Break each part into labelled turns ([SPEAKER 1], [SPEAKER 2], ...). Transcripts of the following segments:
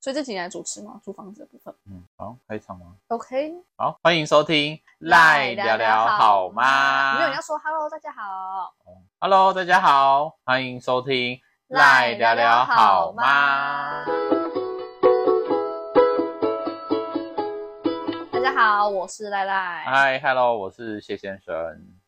[SPEAKER 1] 所以这集你来主持吗？租房子的部分。
[SPEAKER 2] 嗯，好，开场吗？
[SPEAKER 1] OK，
[SPEAKER 2] 好，欢迎收听赖
[SPEAKER 1] 赖
[SPEAKER 2] 聊聊好吗？
[SPEAKER 1] 没有人要说 “hello，大家好
[SPEAKER 2] Hello，大家好，欢迎收听赖聊聊好吗？”。
[SPEAKER 1] 大家好，我是赖赖。
[SPEAKER 2] 嗨，Hello，我是谢先生。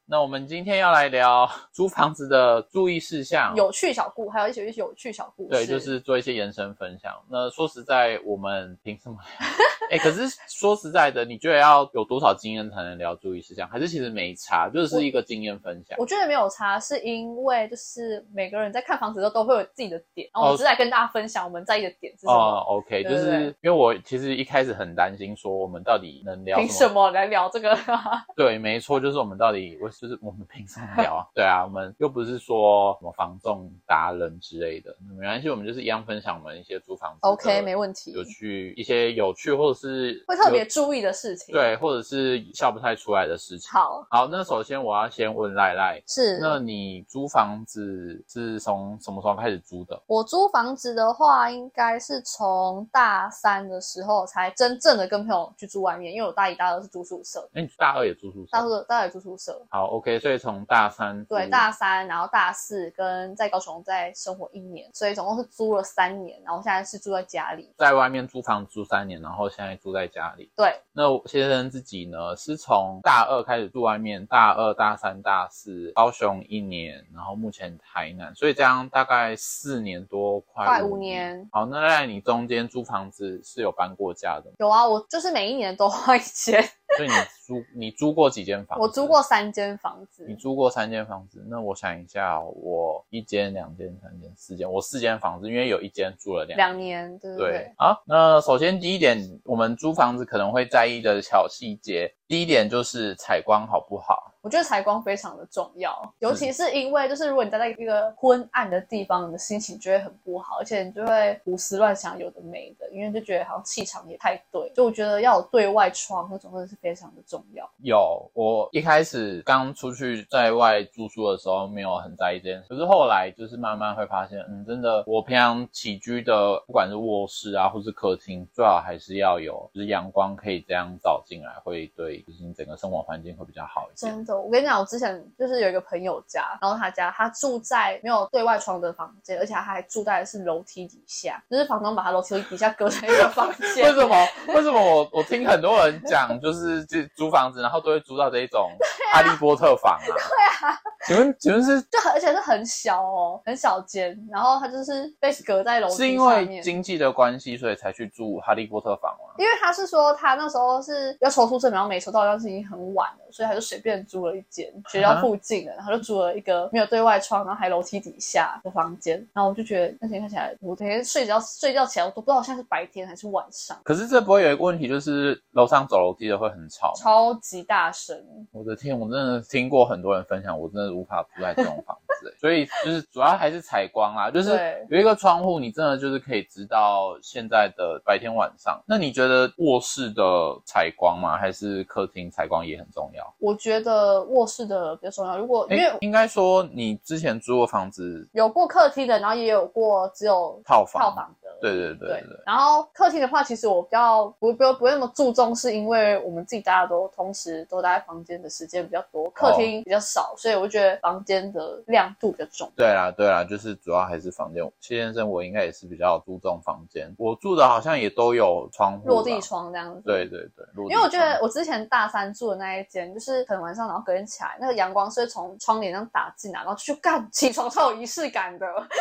[SPEAKER 2] 那我们今天要来聊 租房子的注意事项，
[SPEAKER 1] 有趣小故，还有一些有趣小故事。
[SPEAKER 2] 对，就是做一些延伸分享。那说实在，我们凭什么 聊？哎、可是说实在的，你觉得要有多少经验才能聊注意事项？还是其实没差，就是一个经验分享
[SPEAKER 1] 我。觉得没有差，是因为就是每个人在看房子的时候都会有自己的点，然后我只是来跟大家分享我们在意的点是什么。
[SPEAKER 2] 哦哦、o k 就
[SPEAKER 1] 对
[SPEAKER 2] 是
[SPEAKER 1] 对
[SPEAKER 2] 因为我其实一开始很担心，说我们到底能聊
[SPEAKER 1] 凭什么来聊这个？
[SPEAKER 2] 对，没错，就是我们到底我就是我们凭什么聊啊？对啊，我们又不是说什么房仲达人之类的，没关系，我们就是一样分享我们一些租房子
[SPEAKER 1] OK，
[SPEAKER 2] 的
[SPEAKER 1] 没问题
[SPEAKER 2] 有。趣一些有趣或者是
[SPEAKER 1] 会特
[SPEAKER 2] 有
[SPEAKER 1] 别注意的事情。，
[SPEAKER 2] 对，或者是笑不太出来的事情。
[SPEAKER 1] 好，
[SPEAKER 2] 好，那首先我要先问赖赖，
[SPEAKER 1] 是
[SPEAKER 2] 那你租房子是从什么时候开始租的？
[SPEAKER 1] 我租房子的话，应该是从大三的时候才真正的跟朋友去住外面，因为我大一、大二是住宿舍，
[SPEAKER 2] 哎、你大二也住宿舍？
[SPEAKER 1] 大二大二也住宿舍。
[SPEAKER 2] 好，OK，所以从大三
[SPEAKER 1] 对，
[SPEAKER 2] 租
[SPEAKER 1] 大三，然后大四跟在高雄再生活一年，所以总共是租了三年，然后现在是住在家里。
[SPEAKER 2] 在外面租房租三年，然后现在住在家里。
[SPEAKER 1] 对，
[SPEAKER 2] 那我先生自己呢，是从大二开始住外面，大二、大三、大四，高雄一年，然后目前台南，所以这样大概四年多，快
[SPEAKER 1] 快
[SPEAKER 2] 五
[SPEAKER 1] 五年
[SPEAKER 2] 好，那在你中间租房子是有搬过家的吗，
[SPEAKER 1] 有啊，我就是每一年都换一间，
[SPEAKER 2] 所以你租你租过几间房子？
[SPEAKER 1] 我租。过三间房子
[SPEAKER 2] 你，租过三间房子，那我想一下哦、我一间、两间、三间、四间，我四间房子，因为有一间住了两
[SPEAKER 1] 两年，对不
[SPEAKER 2] 对
[SPEAKER 1] 对？
[SPEAKER 2] 好，那首先第一点，我们租房子可能会在意的小细节，第一点就是采光好不好。
[SPEAKER 1] 我觉得采光非常的重要，尤其是因为就是如果你待在一个昏暗的地方，你的心情就会很不好，而且你就会胡思乱想有的没的，因为就觉得好像气场也太对，所以我觉得要有对外窗那种真的是非常的重要。
[SPEAKER 2] 有，我一开始刚出去在外住宿的时候没有很在意这件事，可是后来就是慢慢会发现，嗯，真的，我平常起居的，不管是卧室啊，或是客厅，最好还是要有，就是阳光可以这样照进来，会对就是你整个生活环境会比较好一点。
[SPEAKER 1] 真的，我跟你讲，我之前就是有一个朋友家，然后他家他住在没有对外窗的房间，而且他还住在是楼梯底下，就是房东把他楼梯底下隔成一个房间。
[SPEAKER 2] 为什么？为什么我我听很多人讲，就是去租房子，然后都会租到这一种哈利波特房啊？对
[SPEAKER 1] 啊。
[SPEAKER 2] 请问，请问是
[SPEAKER 1] 就很而且是很小哦，很小间，然后他就是被隔在楼梯
[SPEAKER 2] 是因
[SPEAKER 1] 上
[SPEAKER 2] 为
[SPEAKER 1] 面。
[SPEAKER 2] 经济的关系，所以才去住哈利波特房吗？
[SPEAKER 1] 因为他是说他那时候是要抽出证明，然后没抽到，但是已经很晚了，所以他就随便租了一间学校附近的，然后就租了一个没有对外窗，然后还楼梯底下的房间。然后我就觉得那天看起来，我每天睡觉睡觉起来，我都不知道现在是白天还是晚上，
[SPEAKER 2] 可是这不会有一个问题，就是楼上走楼梯的会很吵吗。
[SPEAKER 1] 超级大声。
[SPEAKER 2] 我的天，我真的听过很多人分享，我真的无法住在这种房 子、欸所以就是主要还是采光啦，就是
[SPEAKER 1] 对
[SPEAKER 2] 有一个窗户，你真的就是可以知道现在的白天晚上。那你觉得卧室的采光吗？还是客厅采光也很重要？
[SPEAKER 1] 我觉得卧室的比较重要，如果因
[SPEAKER 2] 诶
[SPEAKER 1] 为
[SPEAKER 2] 应该说你之前租过房子
[SPEAKER 1] 有过客厅的，然后也有过只有
[SPEAKER 2] 套房，
[SPEAKER 1] 套房的，
[SPEAKER 2] 对对对
[SPEAKER 1] 对
[SPEAKER 2] 对对。
[SPEAKER 1] 然后客厅的话，其实我比较不不不会那么注重，是因为我们自己大家都同时都待在房间的时间比较多，客厅比较少，所以我觉得房间的亮度比较重。
[SPEAKER 2] 对啦，对啦，就是主要还是房间。谢先生，我应该也是比较注重房间。我住的好像也都有窗户吧，
[SPEAKER 1] 落地窗这样子，
[SPEAKER 2] 对对对，因
[SPEAKER 1] 因为我觉得我之前大三住的那一间，就是可能晚上然后隔天起来，那个阳光是会从窗帘上打进来，然后就去干起床超有仪式感的。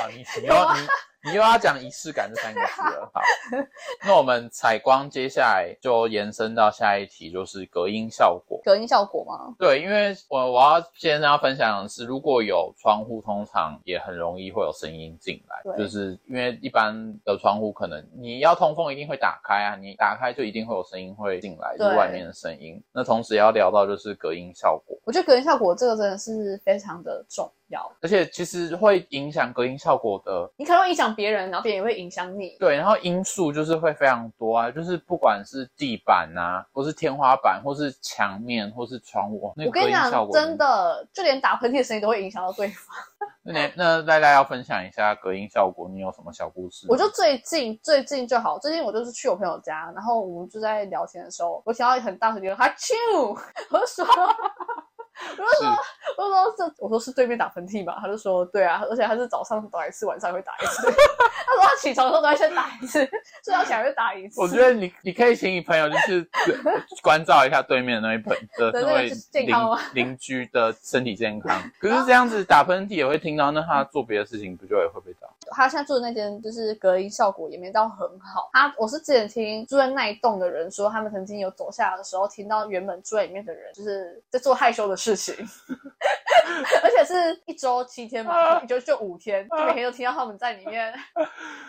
[SPEAKER 2] 啊，你你又要你你又要讲仪式感这三个 字了。好，那我们采光接下来就延伸到下一题，就是隔音效果。
[SPEAKER 1] 隔音效果嘛，
[SPEAKER 2] 对，因为我我要先要分享的是，如果有窗户，通常也很容易会有声音进来，
[SPEAKER 1] 对
[SPEAKER 2] 就是因为一般的窗户可能你要通风一定会打开啊，你打开就一定会有声音会进来，就是
[SPEAKER 1] 对
[SPEAKER 2] 外面的声音。那同时也要聊到就是隔音效果。
[SPEAKER 1] 我觉得隔音效果这个真的是非常的重要。
[SPEAKER 2] 而且其实会影响隔音效果的
[SPEAKER 1] 你可能会影响响别人，然后别人也会影响你。
[SPEAKER 2] 对，然后因素就是会非常多啊，就是不管是地板啊，或是天花板，或是墙面，或是窗户，那
[SPEAKER 1] 我
[SPEAKER 2] 个
[SPEAKER 1] 跟
[SPEAKER 2] 隔
[SPEAKER 1] 你
[SPEAKER 2] 音效
[SPEAKER 1] 讲，
[SPEAKER 2] 果
[SPEAKER 1] 真。的，就连打喷嚏的声音都会影响到对方。
[SPEAKER 2] 那那大家要分享一下隔音效果，你有什么小故事吗？
[SPEAKER 1] 我就最近最近就好，最近我就是去我朋友家，然后我们就在聊天的时候，我听到很大声的哈啾， 我就说，
[SPEAKER 2] 是
[SPEAKER 1] 我就说这，我说是对面打喷嚏吧，他就说对啊，而且他是早上打一次，晚上也会打一次。 他说他起床的时候都会先打一次， 睡觉起来就打一次。
[SPEAKER 2] 我觉得你你可以请你朋友就是 关照一下对面的那位朋的
[SPEAKER 1] 对那
[SPEAKER 2] 那
[SPEAKER 1] 个
[SPEAKER 2] 位
[SPEAKER 1] 是健
[SPEAKER 2] 邻
[SPEAKER 1] 康吗
[SPEAKER 2] 邻居的身体健康。可是这样子打喷嚏也会听到，那他做别的事情不就也会被打？
[SPEAKER 1] 他现在住的那间就是隔音效果也没到很好。他我是之前听住在那一栋的人说，他们曾经有走下来的时候，听到原本住在里面的人就是在做害羞的事情， 而且是一周七天吧，就就五天，就每天都听到他们在里面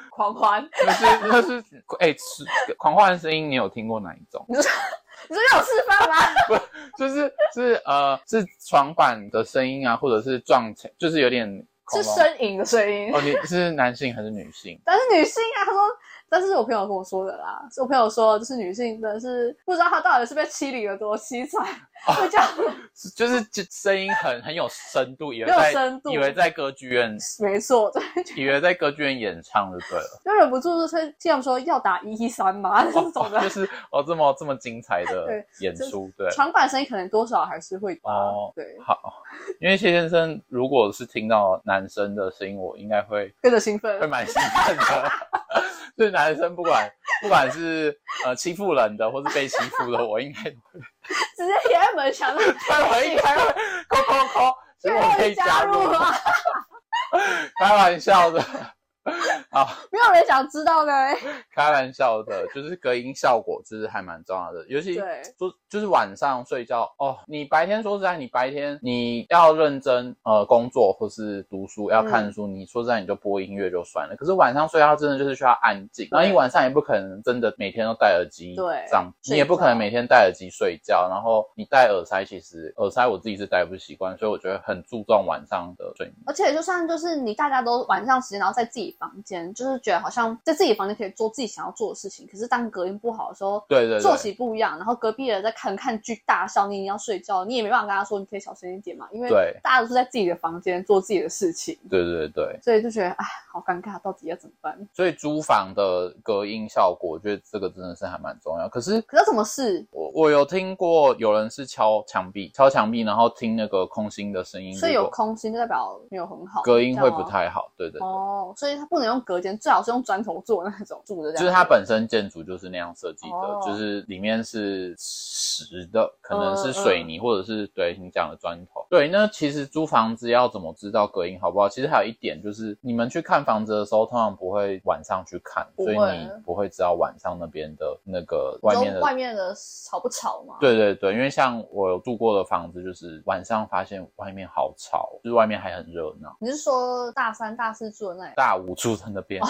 [SPEAKER 1] 狂欢。
[SPEAKER 2] 那是那是哎、是狂欢的声音，你有听过哪一种？
[SPEAKER 1] 你说要我示范吗？
[SPEAKER 2] 就是是呃是床板的声音啊，或者是撞墙，就是有点恐
[SPEAKER 1] 是
[SPEAKER 2] 龙
[SPEAKER 1] 呻吟的声音。
[SPEAKER 2] 哦，你是男性还是女性？
[SPEAKER 1] 但是女性啊，她说，但是我朋友跟我说的啦，是我朋友说，就是女性真的是不知道她到底是被欺凌了多凄惨，会这样
[SPEAKER 2] 是就是这声音很很有深度，以为
[SPEAKER 1] 很有
[SPEAKER 2] 在
[SPEAKER 1] 深度
[SPEAKER 2] 以为在歌剧院，
[SPEAKER 1] 没错，
[SPEAKER 2] 以为在歌剧院演唱就对了。
[SPEAKER 1] 就忍不住就是听他们说要打一一三嘛，这 种的
[SPEAKER 2] 哦、就是哦这么这么精彩的
[SPEAKER 1] 对
[SPEAKER 2] 演出，对。
[SPEAKER 1] 床板声音可能多少还是会有
[SPEAKER 2] 哦
[SPEAKER 1] 对，
[SPEAKER 2] 好，因为谢先生如果是听到男生的声音，我应该会
[SPEAKER 1] 跟着兴奋
[SPEAKER 2] 会。蛮兴奋的。 就是男生不管不管是呃欺负人的，或是被欺负的，我应该
[SPEAKER 1] 直接贴在门墙上，
[SPEAKER 2] 对我应该会扣扣扣，所以我可以加入，
[SPEAKER 1] 吗？
[SPEAKER 2] 开玩笑的，好。
[SPEAKER 1] 没有人想知道呢。
[SPEAKER 2] 开玩笑 的，就是隔音效果就是还蛮重要的，尤其
[SPEAKER 1] 对
[SPEAKER 2] 就就是晚上睡觉哦。你白天说实在，你白天你要认真呃工作或是读书要看书，
[SPEAKER 1] 嗯
[SPEAKER 2] 你说实在你就播音乐就算了。可是晚上睡觉真的就是需要安静，然后你晚上也不可能真的每天都戴耳机
[SPEAKER 1] 对
[SPEAKER 2] 上，
[SPEAKER 1] 睡觉
[SPEAKER 2] 你也不可能每天戴耳机睡觉。然后你戴耳塞，其实耳塞我自己是戴不习惯，所以我觉得很注重晚上的睡眠。
[SPEAKER 1] 而且就算就是你大家都晚上时间，然后在自己房间，就是觉得好像在自己房间可以做自己想要做的事情，可是当隔音不好的时候，
[SPEAKER 2] 对对对，
[SPEAKER 1] 作息不一样，然后隔壁人在看看剧大笑，你已经要睡觉，你也没办法跟他说你可以小声一点嘛，因为
[SPEAKER 2] 对
[SPEAKER 1] 大家都是在自己的房间做自己的事情，
[SPEAKER 2] 对对对。
[SPEAKER 1] 所以就觉得哎，好尴尬，到底要怎么办？
[SPEAKER 2] 所以租房的隔音效果，我觉得这个真的是还蛮重要。可是
[SPEAKER 1] 可是怎么试？
[SPEAKER 2] 我我有听过有人是敲墙壁，敲墙壁，然后听那个空心的声音，
[SPEAKER 1] 所以
[SPEAKER 2] 如
[SPEAKER 1] 有
[SPEAKER 2] 果
[SPEAKER 1] 空心就代表没有很好，
[SPEAKER 2] 隔音会
[SPEAKER 1] 这样
[SPEAKER 2] 不
[SPEAKER 1] 吗
[SPEAKER 2] 太好。对对对，
[SPEAKER 1] 哦，所以它不能用隔间，最好是用砖头做的那种住的这样，
[SPEAKER 2] 就是它本身建筑就是那样设计的，
[SPEAKER 1] 哦嗯
[SPEAKER 2] 就是里面是石的，可能是水泥、或者是对你讲的砖头。对，那其实租房子要怎么知道隔音好不好？其实还有一点就是，你们去看房子的时候，通常不会晚上去看，
[SPEAKER 1] 不
[SPEAKER 2] 所
[SPEAKER 1] 会
[SPEAKER 2] 以你不会知道晚上那边的那个
[SPEAKER 1] 你
[SPEAKER 2] 外
[SPEAKER 1] 说
[SPEAKER 2] 面的
[SPEAKER 1] 外面的吵不吵嘛？，
[SPEAKER 2] 对对对，因为像我有住过的房子，就是晚上发现外面好吵，就是外面还很热闹。
[SPEAKER 1] 你是说大三、大四住的那里？
[SPEAKER 2] 大五住的那 边，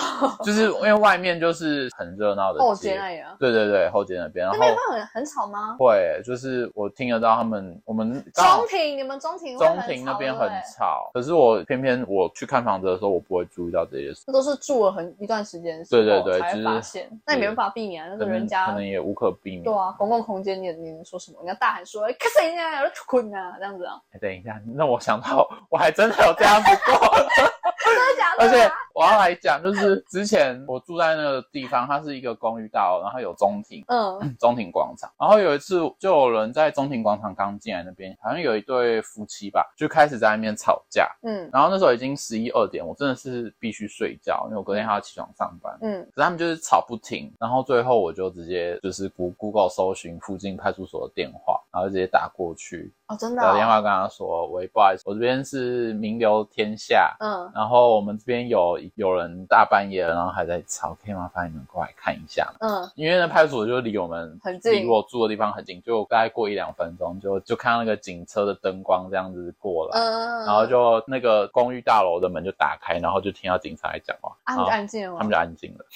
[SPEAKER 2] 就是因为外面就是很热闹的
[SPEAKER 1] 后街
[SPEAKER 2] 街，
[SPEAKER 1] 那里啊？
[SPEAKER 2] 对对对，后街那边，然
[SPEAKER 1] 那
[SPEAKER 2] 后
[SPEAKER 1] 边会很很吵吗？
[SPEAKER 2] 会就是我听得到他们，我们刚好
[SPEAKER 1] 中庭，你们中庭会
[SPEAKER 2] 中
[SPEAKER 1] 很
[SPEAKER 2] 庭
[SPEAKER 1] 吵
[SPEAKER 2] 那边
[SPEAKER 1] 对
[SPEAKER 2] 很
[SPEAKER 1] 不对
[SPEAKER 2] 吵，可是我偏偏我去看房子的时候，我不会注意到这些事，
[SPEAKER 1] 这都是住了很一段时间的时候
[SPEAKER 2] 对对对
[SPEAKER 1] 才
[SPEAKER 2] 就
[SPEAKER 1] 会
[SPEAKER 2] 是
[SPEAKER 1] 发现，那也没办法避免啊，那
[SPEAKER 2] 可
[SPEAKER 1] 个人
[SPEAKER 2] 能
[SPEAKER 1] 家
[SPEAKER 2] 可能也无可避免。
[SPEAKER 1] 对啊，公共空间你也你能说什么？人家大喊说哎可谁呀，有人困啊这样子啊，
[SPEAKER 2] 哎等一下，那我想到我还真的有这样子过。
[SPEAKER 1] 真的假的
[SPEAKER 2] 而
[SPEAKER 1] 啊？
[SPEAKER 2] 且我要来讲，就是之前我住在那个地方，它是一个公寓大楼，然后有中庭，
[SPEAKER 1] 嗯，
[SPEAKER 2] 中庭广场。然后有一次，就有人在中庭广场刚进来那边，好像有一对夫妻吧，就开始在那边吵架。
[SPEAKER 1] 嗯
[SPEAKER 2] 然后那时候已经十一二点，我真的是必须睡觉，因为我隔天还要起床上班。
[SPEAKER 1] 嗯，
[SPEAKER 2] 可是他们就是吵不停，然后最后我就直接就是 Goo- Google 搜寻附近派出所的电话，然后直接打过去，
[SPEAKER 1] 哦，真的
[SPEAKER 2] 打电
[SPEAKER 1] 啊，
[SPEAKER 2] 话跟他说：“喂，不好意思，我这边是名流天下，
[SPEAKER 1] 嗯，
[SPEAKER 2] 然后我们这边有有人大半夜，然后还在吵，可以麻烦你们过来看一下吗？
[SPEAKER 1] 嗯，
[SPEAKER 2] 因为那派出所就离我们
[SPEAKER 1] 很近
[SPEAKER 2] 离我住的地方很近，就大概过一两分钟，就就看到那个警车的灯光这样子过来，
[SPEAKER 1] 嗯，
[SPEAKER 2] 然后就那个公寓大楼的门就打开，然后就听到警察在讲话，
[SPEAKER 1] 啊，
[SPEAKER 2] 然
[SPEAKER 1] 很
[SPEAKER 2] 后
[SPEAKER 1] 安静了吗
[SPEAKER 2] 他们？就安静了。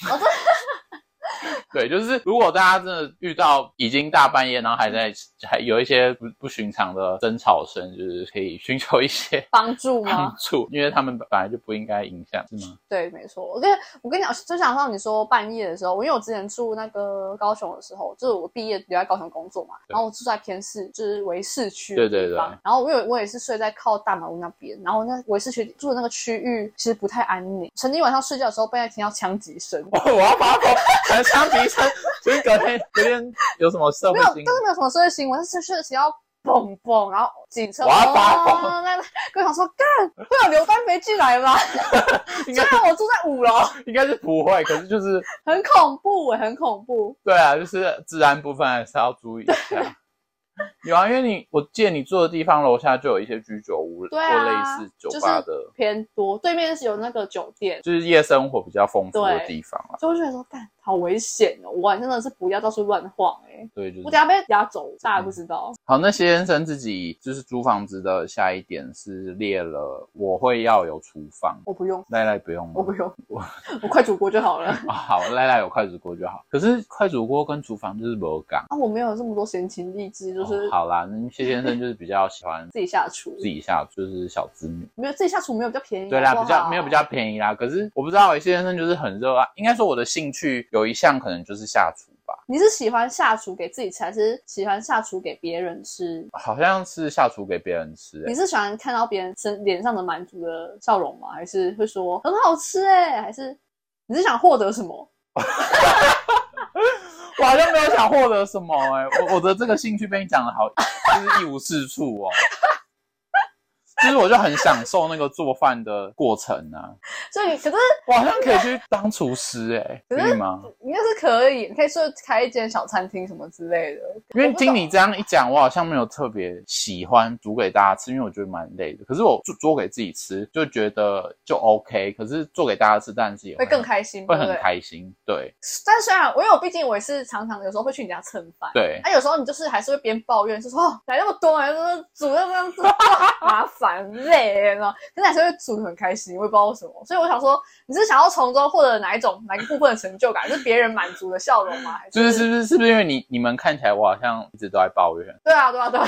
[SPEAKER 2] 对，就是如果大家真的遇到已经大半夜，然后还在还有一些不不寻常的争吵声，就是可以寻求一些
[SPEAKER 1] 帮助吗
[SPEAKER 2] 帮？助，因为他们本来就不应该影响，是吗？
[SPEAKER 1] 对，没错。我跟我跟你讲，就想到你说半夜的时候，因为我之前住那个高雄的时候，就是我毕业留在高雄工作嘛，
[SPEAKER 2] 对
[SPEAKER 1] 然后我住在偏市，就是为市区的
[SPEAKER 2] 对对
[SPEAKER 1] 地方。
[SPEAKER 2] 对
[SPEAKER 1] 然后我有我也是睡在靠大马路那边，然后那为市区住的那个区域其实不太安宁，曾经晚上睡觉的时候被听到枪击声。
[SPEAKER 2] 我要把头弹枪提升，就是隔天隔天有什么社
[SPEAKER 1] 没
[SPEAKER 2] 会
[SPEAKER 1] 有，
[SPEAKER 2] 新
[SPEAKER 1] 但是
[SPEAKER 2] 闻？
[SPEAKER 1] 没有什么社会新闻，是是只要蹦蹦，然后警车
[SPEAKER 2] 我要发疯
[SPEAKER 1] 哦那那跟我想说，干会有硫酸飞进来吗？
[SPEAKER 2] 应
[SPEAKER 1] 虽
[SPEAKER 2] 该
[SPEAKER 1] 然我住在五楼，
[SPEAKER 2] 应该是不会，可是就是
[SPEAKER 1] 很恐怖哎、很恐怖。
[SPEAKER 2] 对啊，就是治安部分还是要注意一下。有啊，因为你我记得你住的地方楼下就有一些居酒屋
[SPEAKER 1] 对
[SPEAKER 2] 或
[SPEAKER 1] 啊，
[SPEAKER 2] 类似酒吧的，
[SPEAKER 1] 就是、偏多，对面是有那个酒店，
[SPEAKER 2] 就是夜生活比较丰富的
[SPEAKER 1] 对
[SPEAKER 2] 地方啊。
[SPEAKER 1] 就会觉得说，干好危险哦，我晚上真的是不要到处乱晃哎、
[SPEAKER 2] 对，就是
[SPEAKER 1] 我等下被压走，大家不知道。
[SPEAKER 2] 好。那谢先生自己就是租房子的下一点是列了，我会要有厨房。
[SPEAKER 1] 我不用，
[SPEAKER 2] 赖赖不用吗
[SPEAKER 1] 我不用，
[SPEAKER 2] 我
[SPEAKER 1] 我快煮锅就好了。
[SPEAKER 2] 啊、 好，赖赖有快煮锅就好。可是快煮锅跟厨房就是没港。
[SPEAKER 1] 啊，我没有这么多闲情逸致，就是
[SPEAKER 2] 哦好啦，那谢先生就是比较喜欢
[SPEAKER 1] 自己下厨
[SPEAKER 2] 自，己下，就是小子女。
[SPEAKER 1] 没有自己下厨没有比较便宜，
[SPEAKER 2] 对啦，
[SPEAKER 1] 好不
[SPEAKER 2] 比较
[SPEAKER 1] 好
[SPEAKER 2] 没有比较便宜啦。可是我不知道，哎谢先生就是很热爱，应该说我的兴趣有一项可能就是下厨吧，
[SPEAKER 1] 你是喜欢下厨给自己吃，还是喜欢下厨给别人吃？
[SPEAKER 2] 好像是下厨给别人吃、
[SPEAKER 1] 你
[SPEAKER 2] 欸。
[SPEAKER 1] 是喜欢看到别人身脸上的满足的笑容吗？还是会说很好吃哎、还是你是想获得什么？
[SPEAKER 2] 我好像没有想获得什么哎、我我的这个兴趣被你讲的好，就是一无是处 哦。就是我就很享受那个做饭的过程啊，
[SPEAKER 1] 所以可是
[SPEAKER 2] 我好像可以去当厨师哎、
[SPEAKER 1] 可是
[SPEAKER 2] 可以吗？
[SPEAKER 1] 应该是可以，你可以说开一间小餐厅什么之类的。
[SPEAKER 2] 因为听
[SPEAKER 1] 我不
[SPEAKER 2] 你
[SPEAKER 1] 懂
[SPEAKER 2] 这样一讲，我好像没有特别喜欢煮给大家吃，因为我觉得蛮累的。可是我做做给自己吃，就觉得就 OK。可是做给大家吃，但是也
[SPEAKER 1] 会更
[SPEAKER 2] 很
[SPEAKER 1] 开心，
[SPEAKER 2] 会
[SPEAKER 1] 对
[SPEAKER 2] 很
[SPEAKER 1] 不对。
[SPEAKER 2] 开心。 对
[SPEAKER 1] 但虽然我因为我毕竟我也是常常有时候会去你家蹭饭。
[SPEAKER 2] 对，
[SPEAKER 1] 啊那、有时候你就是还是会边抱怨，就说哦来那么多，还是煮那这样子 麻烦累呢。可是还是会煮的很开心，我也不知道为什么。所以我想说，你是想要从中获得哪一种哪个部分的成就感？是别人满足的笑容吗？还
[SPEAKER 2] 就是是不是是不是因为你你们看起来我好像一直都在抱怨？
[SPEAKER 1] 对啊，对啊，对啊。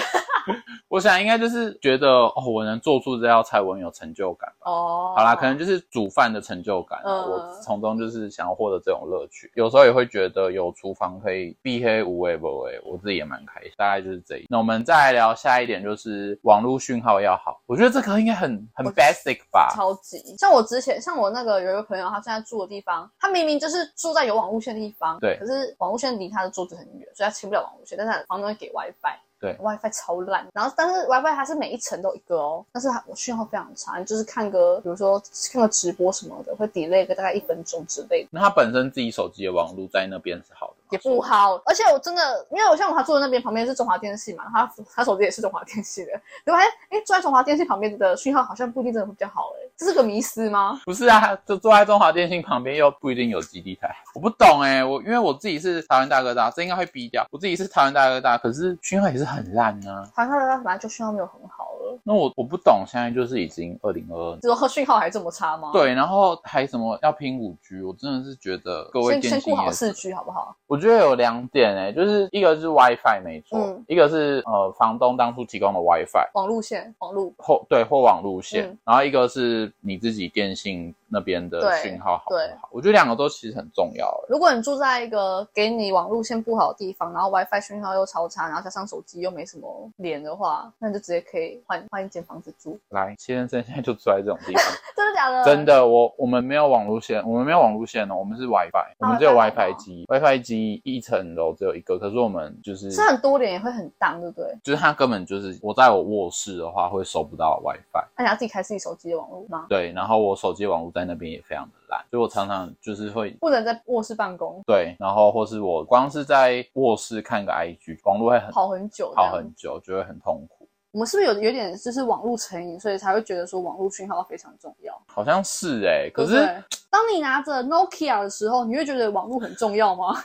[SPEAKER 2] 我想应该就是觉得哦，我能做出这道菜，我很有成就感。
[SPEAKER 1] 哦，
[SPEAKER 2] 好啦，可能就是煮饭的成就感啊，
[SPEAKER 1] 嗯
[SPEAKER 2] 我从中就是想要获得这种乐趣。有时候也会觉得有厨房可以避黑无畏不畏，我自己也蛮开心。大概就是这一。那我们再来聊下一点，就是网络讯号要好。我觉得这个应该很很
[SPEAKER 1] 我
[SPEAKER 2] basic 吧？
[SPEAKER 1] 超级像我之前，像我那个有一个朋友，他现在住的地方，他明明就是住在有网路线的地方，
[SPEAKER 2] 对
[SPEAKER 1] 可是网路线离他的桌子很远，所以他清不了网路线，但是他的房东会给 WiFi。
[SPEAKER 2] 对
[SPEAKER 1] ，WiFi 超烂，然后但是 WiFi 它是每一层都有一个哦，但是它我讯号非常差，你就是看个比如说看个直播什么的，会 delay 个大概一分钟之类的，
[SPEAKER 2] 那他本身自己手机的网络在那边是好的
[SPEAKER 1] 也
[SPEAKER 2] 吗，
[SPEAKER 1] 不啊好。而且我真的，因为我像我他住的那边旁边是中华电信嘛，然后他他手机也是中华电信的，你发现哎，住在中华电信旁边的讯号好像不一定真的会比较好，哎，这是个迷思吗？
[SPEAKER 2] 不是啊，就坐在中华电信旁边又不一定有基地台，我不懂哎、我因为我自己是台湾大哥大，这应该会逼掉。我自己是台湾大哥大，可是讯号也是很烂啊。
[SPEAKER 1] 好像本来就讯号没有很好了。
[SPEAKER 2] 那我我不懂，现在就是已经二零二二
[SPEAKER 1] 之后讯号还这么差吗？，
[SPEAKER 2] 对，然后还什么要拼五 G，我真的是觉得各位
[SPEAKER 1] 先
[SPEAKER 2] 电
[SPEAKER 1] 先
[SPEAKER 2] 信
[SPEAKER 1] 顾好
[SPEAKER 2] 也
[SPEAKER 1] 市
[SPEAKER 2] 是，
[SPEAKER 1] 区好不好？
[SPEAKER 2] 我觉得有两点哎、就是一个是 WiFi 没错，
[SPEAKER 1] 嗯
[SPEAKER 2] 一个是呃房东当初提供的 WiFi
[SPEAKER 1] 网路线，网路
[SPEAKER 2] 或对或网路线，
[SPEAKER 1] 嗯
[SPEAKER 2] 然后一个是你自己电信那边的
[SPEAKER 1] 对
[SPEAKER 2] 讯号好不
[SPEAKER 1] 对
[SPEAKER 2] 好？我觉得两个都其实很重要、欸。
[SPEAKER 1] 如果你住在一个给你网路线不好的地方，然后 WiFi 讯号又超差，然后加上手机又没什么连的话，那你就直接可以换换一间房子住。
[SPEAKER 2] 来，谢先生现在就住在这种地 方，
[SPEAKER 1] 真的假的？
[SPEAKER 2] 真。的，我我们没有网路线，我们没有网路线哦，我们是 WiFi，我们只有
[SPEAKER 1] WiFi 好
[SPEAKER 2] WiFi 机，WiFi 机一层楼只有一个，可是我们就是
[SPEAKER 1] 是很多连也会很荡，对不对？
[SPEAKER 2] 就是它根本就是我在我卧室的话会收不到 WiFi，
[SPEAKER 1] 那你要自己开自己手机的网络吗？
[SPEAKER 2] 对，然后我手机网络在那边也非常的烂，所以我常常就是会
[SPEAKER 1] 不能在卧室办公，
[SPEAKER 2] 对，然后或是我光是在卧室看个 IG，网络会很
[SPEAKER 1] 跑很久。
[SPEAKER 2] 跑很。久，就会很痛苦，
[SPEAKER 1] 我们是不是有有点就是网络成瘾，所以才会觉得说网络讯号非常重要？
[SPEAKER 2] 好像是哎、可是
[SPEAKER 1] 对不对当你拿着 Nokia 的时候，你会觉得网络很重要吗？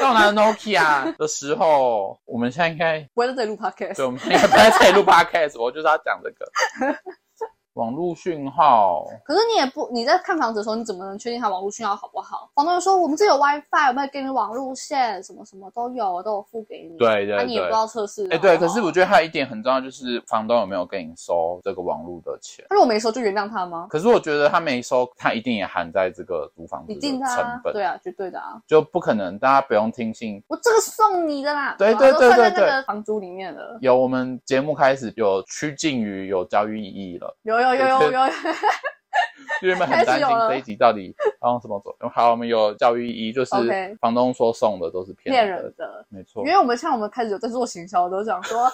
[SPEAKER 2] 到拿 Nokia 的时候，我们现在应该
[SPEAKER 1] 不会在这里录 Podcast。
[SPEAKER 2] 对，我们应该不在这里录 Podcast，我就是要讲这个。网络讯号，
[SPEAKER 1] 可是你也不你在看房子的时候，你怎么能确定它网络讯号好不好？房东就说我们这有 WiFi，我们有给你网路线，什么什么都有，都有付给你。
[SPEAKER 2] 对对
[SPEAKER 1] 那、你也不
[SPEAKER 2] 对
[SPEAKER 1] 知道测试。
[SPEAKER 2] 哎、对，可是我，觉得还有一点很重要，就是房东有没有跟你收这个网络的钱。
[SPEAKER 1] 他如果没收就原谅他吗？
[SPEAKER 2] 可是我觉得他没收，他一定也含在这个租房子
[SPEAKER 1] 一
[SPEAKER 2] 的
[SPEAKER 1] 定的啊
[SPEAKER 2] 成，本，
[SPEAKER 1] 对啊，绝对的啊。
[SPEAKER 2] 就不可能大家不用听信
[SPEAKER 1] 我这个送你的啦，
[SPEAKER 2] 对
[SPEAKER 1] 然后
[SPEAKER 2] 对
[SPEAKER 1] 都
[SPEAKER 2] 对
[SPEAKER 1] 算在
[SPEAKER 2] 对对
[SPEAKER 1] 那个房租里面了。
[SPEAKER 2] 有我们节目开始有趋近于有教育意义了，
[SPEAKER 1] 有有有有有有，
[SPEAKER 2] 因为我们很担心
[SPEAKER 1] 开始有了
[SPEAKER 2] 这一集到底要用什么走。好，我们有教育意义，就是
[SPEAKER 1] OK
[SPEAKER 2] 房东说送的都是骗
[SPEAKER 1] 骗
[SPEAKER 2] 人
[SPEAKER 1] 人
[SPEAKER 2] 的，
[SPEAKER 1] 的。
[SPEAKER 2] 没错
[SPEAKER 1] 因。为我们像我们开始有在做行销，都想说，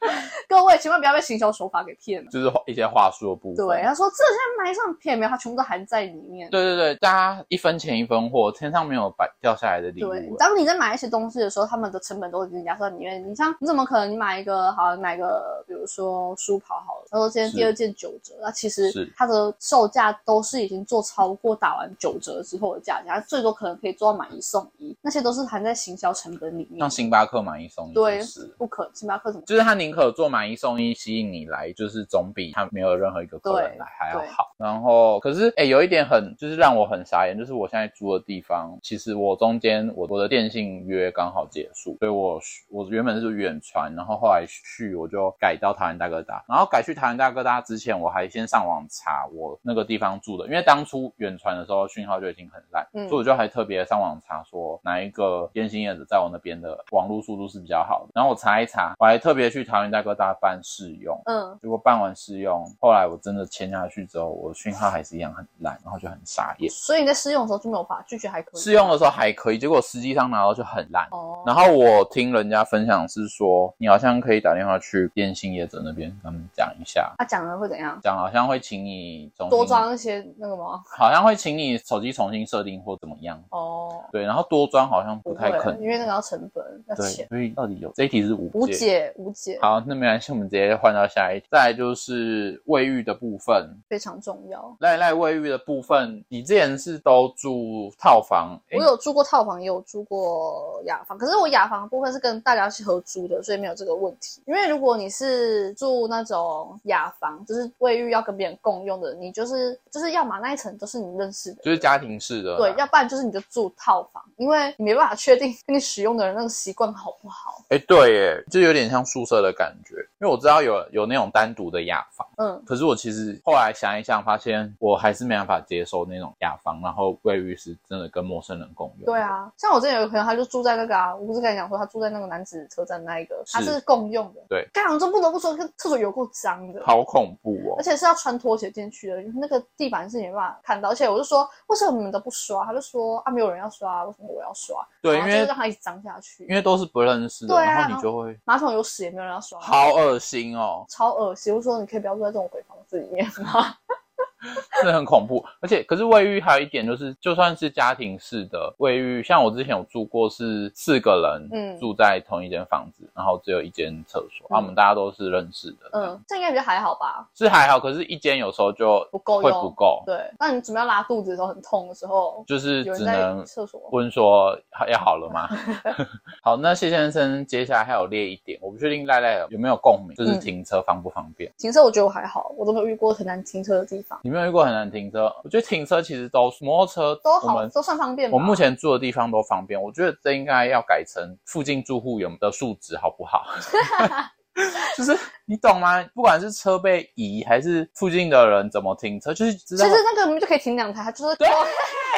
[SPEAKER 1] 各位千万不要被行销手法给骗了。
[SPEAKER 2] 就是一些话术的部分。
[SPEAKER 1] 对，他说这现在买上骗没有，他全部都含在里面。
[SPEAKER 2] 对对对，大家一分钱一分货，天上没有白掉下来的礼
[SPEAKER 1] 对
[SPEAKER 2] 物。
[SPEAKER 1] 当你在买一些东西的时候，他们的成本都已经压在里面。你像你怎么可能你买一个好买个，比如说书跑好了，他说今天
[SPEAKER 2] 是
[SPEAKER 1] 第二件九折，那其实
[SPEAKER 2] 是
[SPEAKER 1] 它的售价都是已经做超过打完九折之后的价钱，它最多可能可以做到买一送一，那些都是含在行销成本里面
[SPEAKER 2] 像。星巴克买一送一，
[SPEAKER 1] 对
[SPEAKER 2] 就是，
[SPEAKER 1] 不可，星巴克怎么？
[SPEAKER 2] 就是他宁可做买一送一吸引你来，就是总比他没有任何一个客人
[SPEAKER 1] 对
[SPEAKER 2] 来还要
[SPEAKER 1] 对
[SPEAKER 2] 好。然后，可是哎、诶有一点很就是让我很傻眼，就是我现在租的地方，其实我中间我我的电信约刚好结束，所以我我原本是远传，然后后来去我就改到台湾大哥大，然后改去台湾大哥大之前，我还先上网查我那个地方住的，因为当初远传的时候讯号就已经很烂，
[SPEAKER 1] 嗯
[SPEAKER 2] 所以我就还特别上网查说哪一个电信业者在我那边的网络速度是比较好的，然后我查一查，我还特别去台湾大哥大办试用。
[SPEAKER 1] 嗯，
[SPEAKER 2] 结果办完试用，后来我真的签下去之后，我讯号还是一样很烂，然后就很傻眼。
[SPEAKER 1] 所以你在试用的时候就没有办法拒绝，还可以
[SPEAKER 2] 试用的时候还可以，结果实际上拿到就很烂。
[SPEAKER 1] 哦，
[SPEAKER 2] 然后我听人家分享是说，你好像可以打电话去电信业者那边跟他们讲一下，
[SPEAKER 1] 他讲了会怎样？
[SPEAKER 2] 讲好像会请你重新
[SPEAKER 1] 多，装一些那个吗？
[SPEAKER 2] 好像会请你手机重新设定或怎么样。
[SPEAKER 1] 哦，
[SPEAKER 2] 对，然后多装好像不太
[SPEAKER 1] 会啊
[SPEAKER 2] 可能。
[SPEAKER 1] 因为那个要成本要
[SPEAKER 2] 对
[SPEAKER 1] 钱，，
[SPEAKER 2] 所以到底有这一题是无
[SPEAKER 1] 无
[SPEAKER 2] 解。
[SPEAKER 1] 解无解
[SPEAKER 2] 好，那没关系，我们直接换到下一题。再来就是卫浴的部分，
[SPEAKER 1] 非常重要。
[SPEAKER 2] 赖赖卫浴的部分，你之前是都住套房，诶
[SPEAKER 1] 我有住过套房，也有住过雅房，可是我雅房的部分是跟大家是合租的，所以没有这个问题。因为如果你是住那种雅房，就是卫浴要跟别人共用的，你就是就是要么那一层都是你认识的，
[SPEAKER 2] 就是家庭式的啦，
[SPEAKER 1] 对，要不然就是你就住套房，因为你没办法确定跟你使用的人那个习惯好不好。
[SPEAKER 2] 哎，对耶，就有点像宿舍的感觉，因为我知道有有那种单独的雅房，
[SPEAKER 1] 嗯，
[SPEAKER 2] 可是我其实后来想一想，发现我还是没办法接受那种雅房，然后卫浴是真的跟陌生人共用。
[SPEAKER 1] 对，啊，像我之前有个朋友，他就住在那个啊，我不是跟你讲说他住在那个男子车站那一个，他
[SPEAKER 2] 是
[SPEAKER 1] 是共用的。
[SPEAKER 2] 对，
[SPEAKER 1] 干，我真不得不说，跟厕所有够脏的。
[SPEAKER 2] 好恐怖
[SPEAKER 1] 而
[SPEAKER 2] 哦！
[SPEAKER 1] 且是要穿拖鞋进去的，那个地板是没办法看到。而且我就说，为什么你们都不刷？他就说啊，没有人要刷，为什么我要刷？
[SPEAKER 2] 对，
[SPEAKER 1] 然
[SPEAKER 2] 因
[SPEAKER 1] 后就是
[SPEAKER 2] 为
[SPEAKER 1] 让它一直脏下去。
[SPEAKER 2] 因为都是不认识的，
[SPEAKER 1] 对啊
[SPEAKER 2] 然后你就会
[SPEAKER 1] 马桶有屎也没有人要刷，
[SPEAKER 2] 好恶心哦，
[SPEAKER 1] 超恶心。我说你可以不要住在这种鬼房子里 面吗？
[SPEAKER 2] 真的很恐怖。而且，可是卫浴还有一点就是，就算是家庭式的卫浴，像我之前有住过是四个人，
[SPEAKER 1] 嗯
[SPEAKER 2] 住在同一间房子，然后只有一间厕所，
[SPEAKER 1] 嗯
[SPEAKER 2] 啊我们大家都是认识的，嗯，
[SPEAKER 1] 嗯，这应该比较还好吧，
[SPEAKER 2] 是还好，可是一间有时候就
[SPEAKER 1] 不够
[SPEAKER 2] 会不
[SPEAKER 1] 用。
[SPEAKER 2] 够，
[SPEAKER 1] 对，那你准备要拉肚子的时候很痛的时候，
[SPEAKER 2] 就是
[SPEAKER 1] 有
[SPEAKER 2] 只
[SPEAKER 1] 人在
[SPEAKER 2] 能
[SPEAKER 1] 厕所。
[SPEAKER 2] 问说要好了吗？ 好，那谢先生接下来还有列一点，我不确定赖赖有没有共鸣，就是
[SPEAKER 1] 嗯
[SPEAKER 2] 停车方不方便。
[SPEAKER 1] 停车我觉得我还好，我都没有遇过很难停车的地方，
[SPEAKER 2] 你没有遇过很难停车？我觉得停车其实都摩托车
[SPEAKER 1] 都
[SPEAKER 2] 我
[SPEAKER 1] 好
[SPEAKER 2] 们
[SPEAKER 1] 都算方便吧。
[SPEAKER 2] 我目前住的地方都方便，我觉得这应该要改成附近住户有的素质好不好？ 就是你懂吗？不管是车被移还是附近的人怎么停车，就是知
[SPEAKER 1] 其
[SPEAKER 2] 道
[SPEAKER 1] 实那个我们就可以停两台，它就是
[SPEAKER 2] 对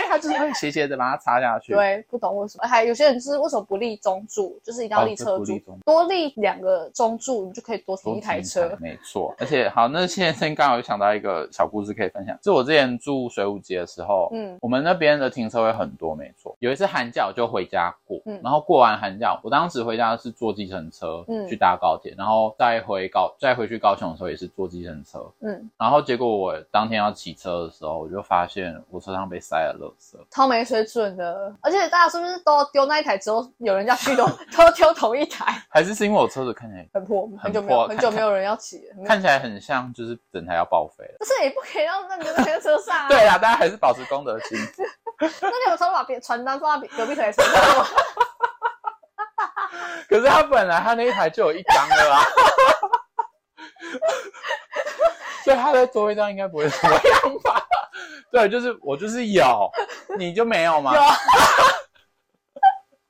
[SPEAKER 2] 他 就是会斜斜的把它插下去。
[SPEAKER 1] 对，不懂为什么。还有些人就是为什么不立中柱，就是一定要
[SPEAKER 2] 哦
[SPEAKER 1] 立
[SPEAKER 2] 这
[SPEAKER 1] 车
[SPEAKER 2] 不
[SPEAKER 1] 柱，
[SPEAKER 2] 立中
[SPEAKER 1] 多立两个中柱，你就可以多
[SPEAKER 2] 多
[SPEAKER 1] 停一台
[SPEAKER 2] 停
[SPEAKER 1] 车。
[SPEAKER 2] 没错。而且好，那现在刚好又想到一个小故事可以分享，就我之前住水舞街的时候，
[SPEAKER 1] 嗯
[SPEAKER 2] 我们那边的停车位很多，没错。有一次寒假我就回家过，
[SPEAKER 1] 嗯
[SPEAKER 2] 然后过完寒假，我当时回家是坐计程车，
[SPEAKER 1] 嗯
[SPEAKER 2] 去搭高铁，然后再回高再回去高雄的时候也是坐计程车，
[SPEAKER 1] 嗯，
[SPEAKER 2] 然后结果我当天要骑车的时候，我就发现我车上被塞了垃圾，
[SPEAKER 1] 超没水准的。而且大家是不是都丢那一台之后，有人要去都都丢同一台，
[SPEAKER 2] 还是是因为我车子看起来
[SPEAKER 1] 很破，
[SPEAKER 2] 很
[SPEAKER 1] 很久没有
[SPEAKER 2] 破啊
[SPEAKER 1] 很久没有人要骑了。很没有
[SPEAKER 2] 看起来很像就是整台要报废了。
[SPEAKER 1] 但是也不可以让那个那个车上啊，
[SPEAKER 2] 对啦，大家还是保持公德心。
[SPEAKER 1] 那你有时候把别传单放到隔壁台车上吗？
[SPEAKER 2] 可是 他本来他那一台就有一张了啊。所所以他在座位上应该不会怎么样吧？对，就是我就是有，你就没有吗？
[SPEAKER 1] 有啊，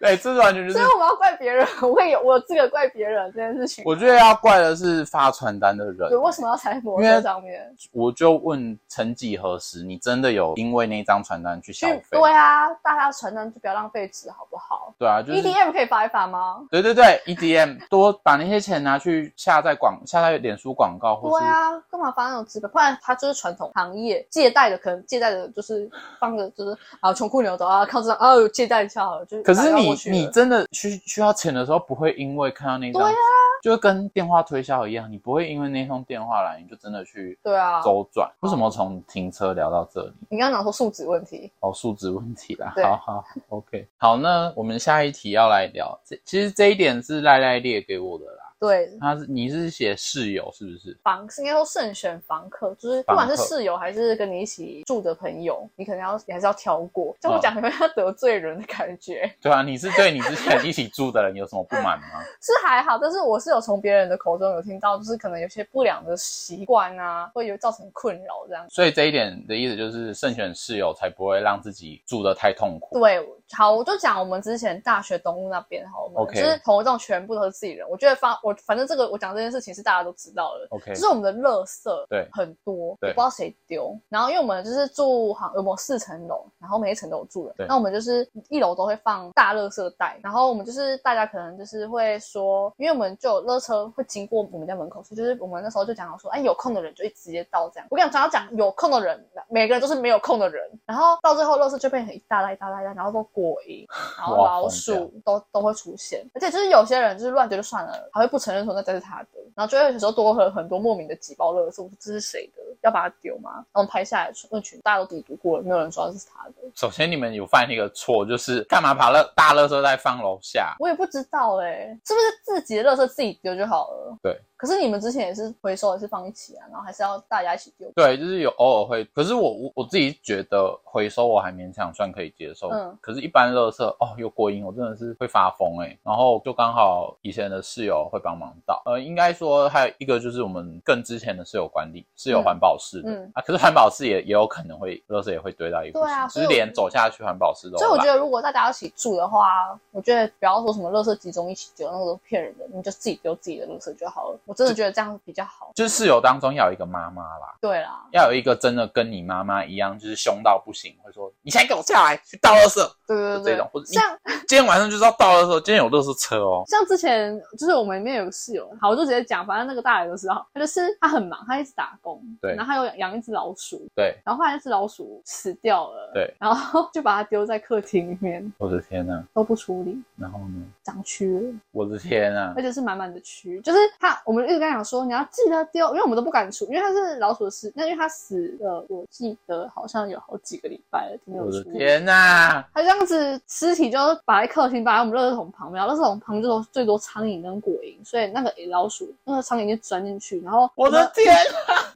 [SPEAKER 2] 对，这完全就
[SPEAKER 1] 所
[SPEAKER 2] 是
[SPEAKER 1] 以，我们要怪别人，我会有我有资格怪别人这件事情。
[SPEAKER 2] 我觉得要怪的是发传单的人
[SPEAKER 1] 对，。为什么要踩在摩托
[SPEAKER 2] 因为
[SPEAKER 1] 车上面？
[SPEAKER 2] 我就问，曾几何时，你真的有因为那张传单去消
[SPEAKER 1] 去
[SPEAKER 2] 费？
[SPEAKER 1] 对啊，大家传单就不要浪费纸，好不好、
[SPEAKER 2] 对啊，就是
[SPEAKER 1] e d m 可以发一发吗？
[SPEAKER 2] 对对对，EDM 多把那些钱拿去下载广下载脸书广告，或
[SPEAKER 1] 对
[SPEAKER 2] 是
[SPEAKER 1] 啊，干嘛发那种纸本？不然它就是传统行业借贷的，可能借贷的就是放着就是啊穷苦牛头啊，靠这张啊有借贷一下好了，就是
[SPEAKER 2] 可是
[SPEAKER 1] 打电话
[SPEAKER 2] 你
[SPEAKER 1] 过去了
[SPEAKER 2] 你真的需需要钱的时候，不会因为看到那张，
[SPEAKER 1] 对啊
[SPEAKER 2] 就跟电话推销一样，你不会因为那通电话来，你就真的去
[SPEAKER 1] 对啊，
[SPEAKER 2] 周转。为什么从停车聊到这里？
[SPEAKER 1] 你刚刚讲说素质问题，
[SPEAKER 2] 哦，数值问题啦。
[SPEAKER 1] 对
[SPEAKER 2] 好好，OK。好，那我们下一题要来聊，这其实这一点是赖赖列给我的啦。
[SPEAKER 1] 对
[SPEAKER 2] 他是你是写室友是不是？
[SPEAKER 1] 房应该说慎选房客，就是不管是
[SPEAKER 2] 房客
[SPEAKER 1] 室友还是跟你一起住的朋友，你可能要你还是要挑过，这样
[SPEAKER 2] 嗯
[SPEAKER 1] 我讲有没有要得罪人的感觉？
[SPEAKER 2] 对啊，你是对你之前一起住的人有什么不满吗？
[SPEAKER 1] 是还好，但是我是有从别人的口中有听到，就是可能有些不良的习惯啊，会有造成困扰这样。
[SPEAKER 2] 所以这一点的意思就是慎选室友，才不会让自己住的太痛苦。
[SPEAKER 1] 对，好，我就讲我们之前大学东路那边好了，我们
[SPEAKER 2] OK
[SPEAKER 1] 就是同一栋全部都是自己人。我觉得发我反正这个我讲这件事情是大家都知道的，
[SPEAKER 2] OK，
[SPEAKER 1] 就是我们的垃圾
[SPEAKER 2] 对
[SPEAKER 1] 很多，
[SPEAKER 2] 对
[SPEAKER 1] 也不知道谁丢。然后因为我们就是住好有没有四层楼，然后每一层都有住人
[SPEAKER 2] 对，
[SPEAKER 1] 那我们就是一楼都会放大垃圾袋，然后我们就是大家可能就是会说，因为我们就有垃圾车会经过我们家门口，所以就是我们那时候就讲好说，哎，有空的人就一直接倒这样。我跟你讲，只要讲有空的人，每个人都是没有空的人，然后到最后垃圾就变成一大袋一大袋一大袋，然后都果蝇，然后
[SPEAKER 2] 哇
[SPEAKER 1] 老
[SPEAKER 2] 疯掉
[SPEAKER 1] 鼠都都会出现，而且就是有些人就是乱丢就算了，还会不承认说那才是他的，然后就会有时候多了很多莫名的几包垃圾，我说这是谁的？要把它丢吗？然后我们拍下来问群，大家都抵读过了，没有人说这是他的，
[SPEAKER 2] 首先你们有犯一个错，就是干嘛把乐大垃圾袋放楼下？
[SPEAKER 1] 我也不知道哎、是不是自己的垃圾自己丢就好了？
[SPEAKER 2] 对。
[SPEAKER 1] 可是你们之前也是回收也是放一起啊，然后还是要大家一起丢。
[SPEAKER 2] 对，就是有偶尔会，可是我我我自己觉得回收我还勉强算可以接受，
[SPEAKER 1] 嗯
[SPEAKER 2] 可是一般垃圾哦有果蝇，我真的是会发疯哎、然后就刚好以前的室友会帮忙倒，呃，应该说还有一个就是我们更之前的室友管理是有
[SPEAKER 1] 嗯
[SPEAKER 2] 环保室的、
[SPEAKER 1] 嗯
[SPEAKER 2] 啊，可是环保室也也有可能会垃圾也会堆到一
[SPEAKER 1] 对
[SPEAKER 2] 块，
[SPEAKER 1] 啊
[SPEAKER 2] 就
[SPEAKER 1] 所以
[SPEAKER 2] 是
[SPEAKER 1] 我
[SPEAKER 2] 连走下去环保室都
[SPEAKER 1] 所以我
[SPEAKER 2] 懒
[SPEAKER 1] 觉得，如果大家要一起住的话，我觉得不要说什么垃圾集中一起丢，那个都骗人的，你就自己丢自己的垃圾就好了。我真的觉得这样比较好。
[SPEAKER 2] 就是室友当中要有一个妈妈啦。
[SPEAKER 1] 对啦，
[SPEAKER 2] 要有一个真的跟你妈妈一样，就是凶到不行，会说你现在给我下来去倒垃圾。
[SPEAKER 1] 对对
[SPEAKER 2] 这
[SPEAKER 1] 对
[SPEAKER 2] 种
[SPEAKER 1] 对
[SPEAKER 2] 或者，你
[SPEAKER 1] 像
[SPEAKER 2] 今天晚上就是要倒垃圾，今天有垃圾车哦。
[SPEAKER 1] 像之前就是我们里面有个室友，好，我就直接讲，反正那个大学的时候， 他就是他很忙，他一直打工，
[SPEAKER 2] 对
[SPEAKER 1] 然后他有养一只老鼠，
[SPEAKER 2] 对，
[SPEAKER 1] 然后后来那只老鼠死掉了，
[SPEAKER 2] 对，
[SPEAKER 1] 然后就把它丢在客厅里面
[SPEAKER 2] 我的天呐、啊，
[SPEAKER 1] 都不处理，
[SPEAKER 2] 然后呢？
[SPEAKER 1] 长蛆了，
[SPEAKER 2] 我的天啊
[SPEAKER 1] 而！且是满满的蛆，就是他，我们一直跟他讲说你要记得丢，因为我们都不敢处，因为它是老鼠的尸，那因为它死了，我记得好像有好几个礼拜了，都没有
[SPEAKER 2] 我的
[SPEAKER 1] 处理。
[SPEAKER 2] 天呐、啊！
[SPEAKER 1] 他这样子，尸体就摆在客厅，摆在我们垃圾桶旁边，然后垃圾桶旁边就最多苍蝇跟果蝇，所以那个老鼠，那个苍蝇就钻进去，然后
[SPEAKER 2] 我
[SPEAKER 1] 们
[SPEAKER 2] 的天！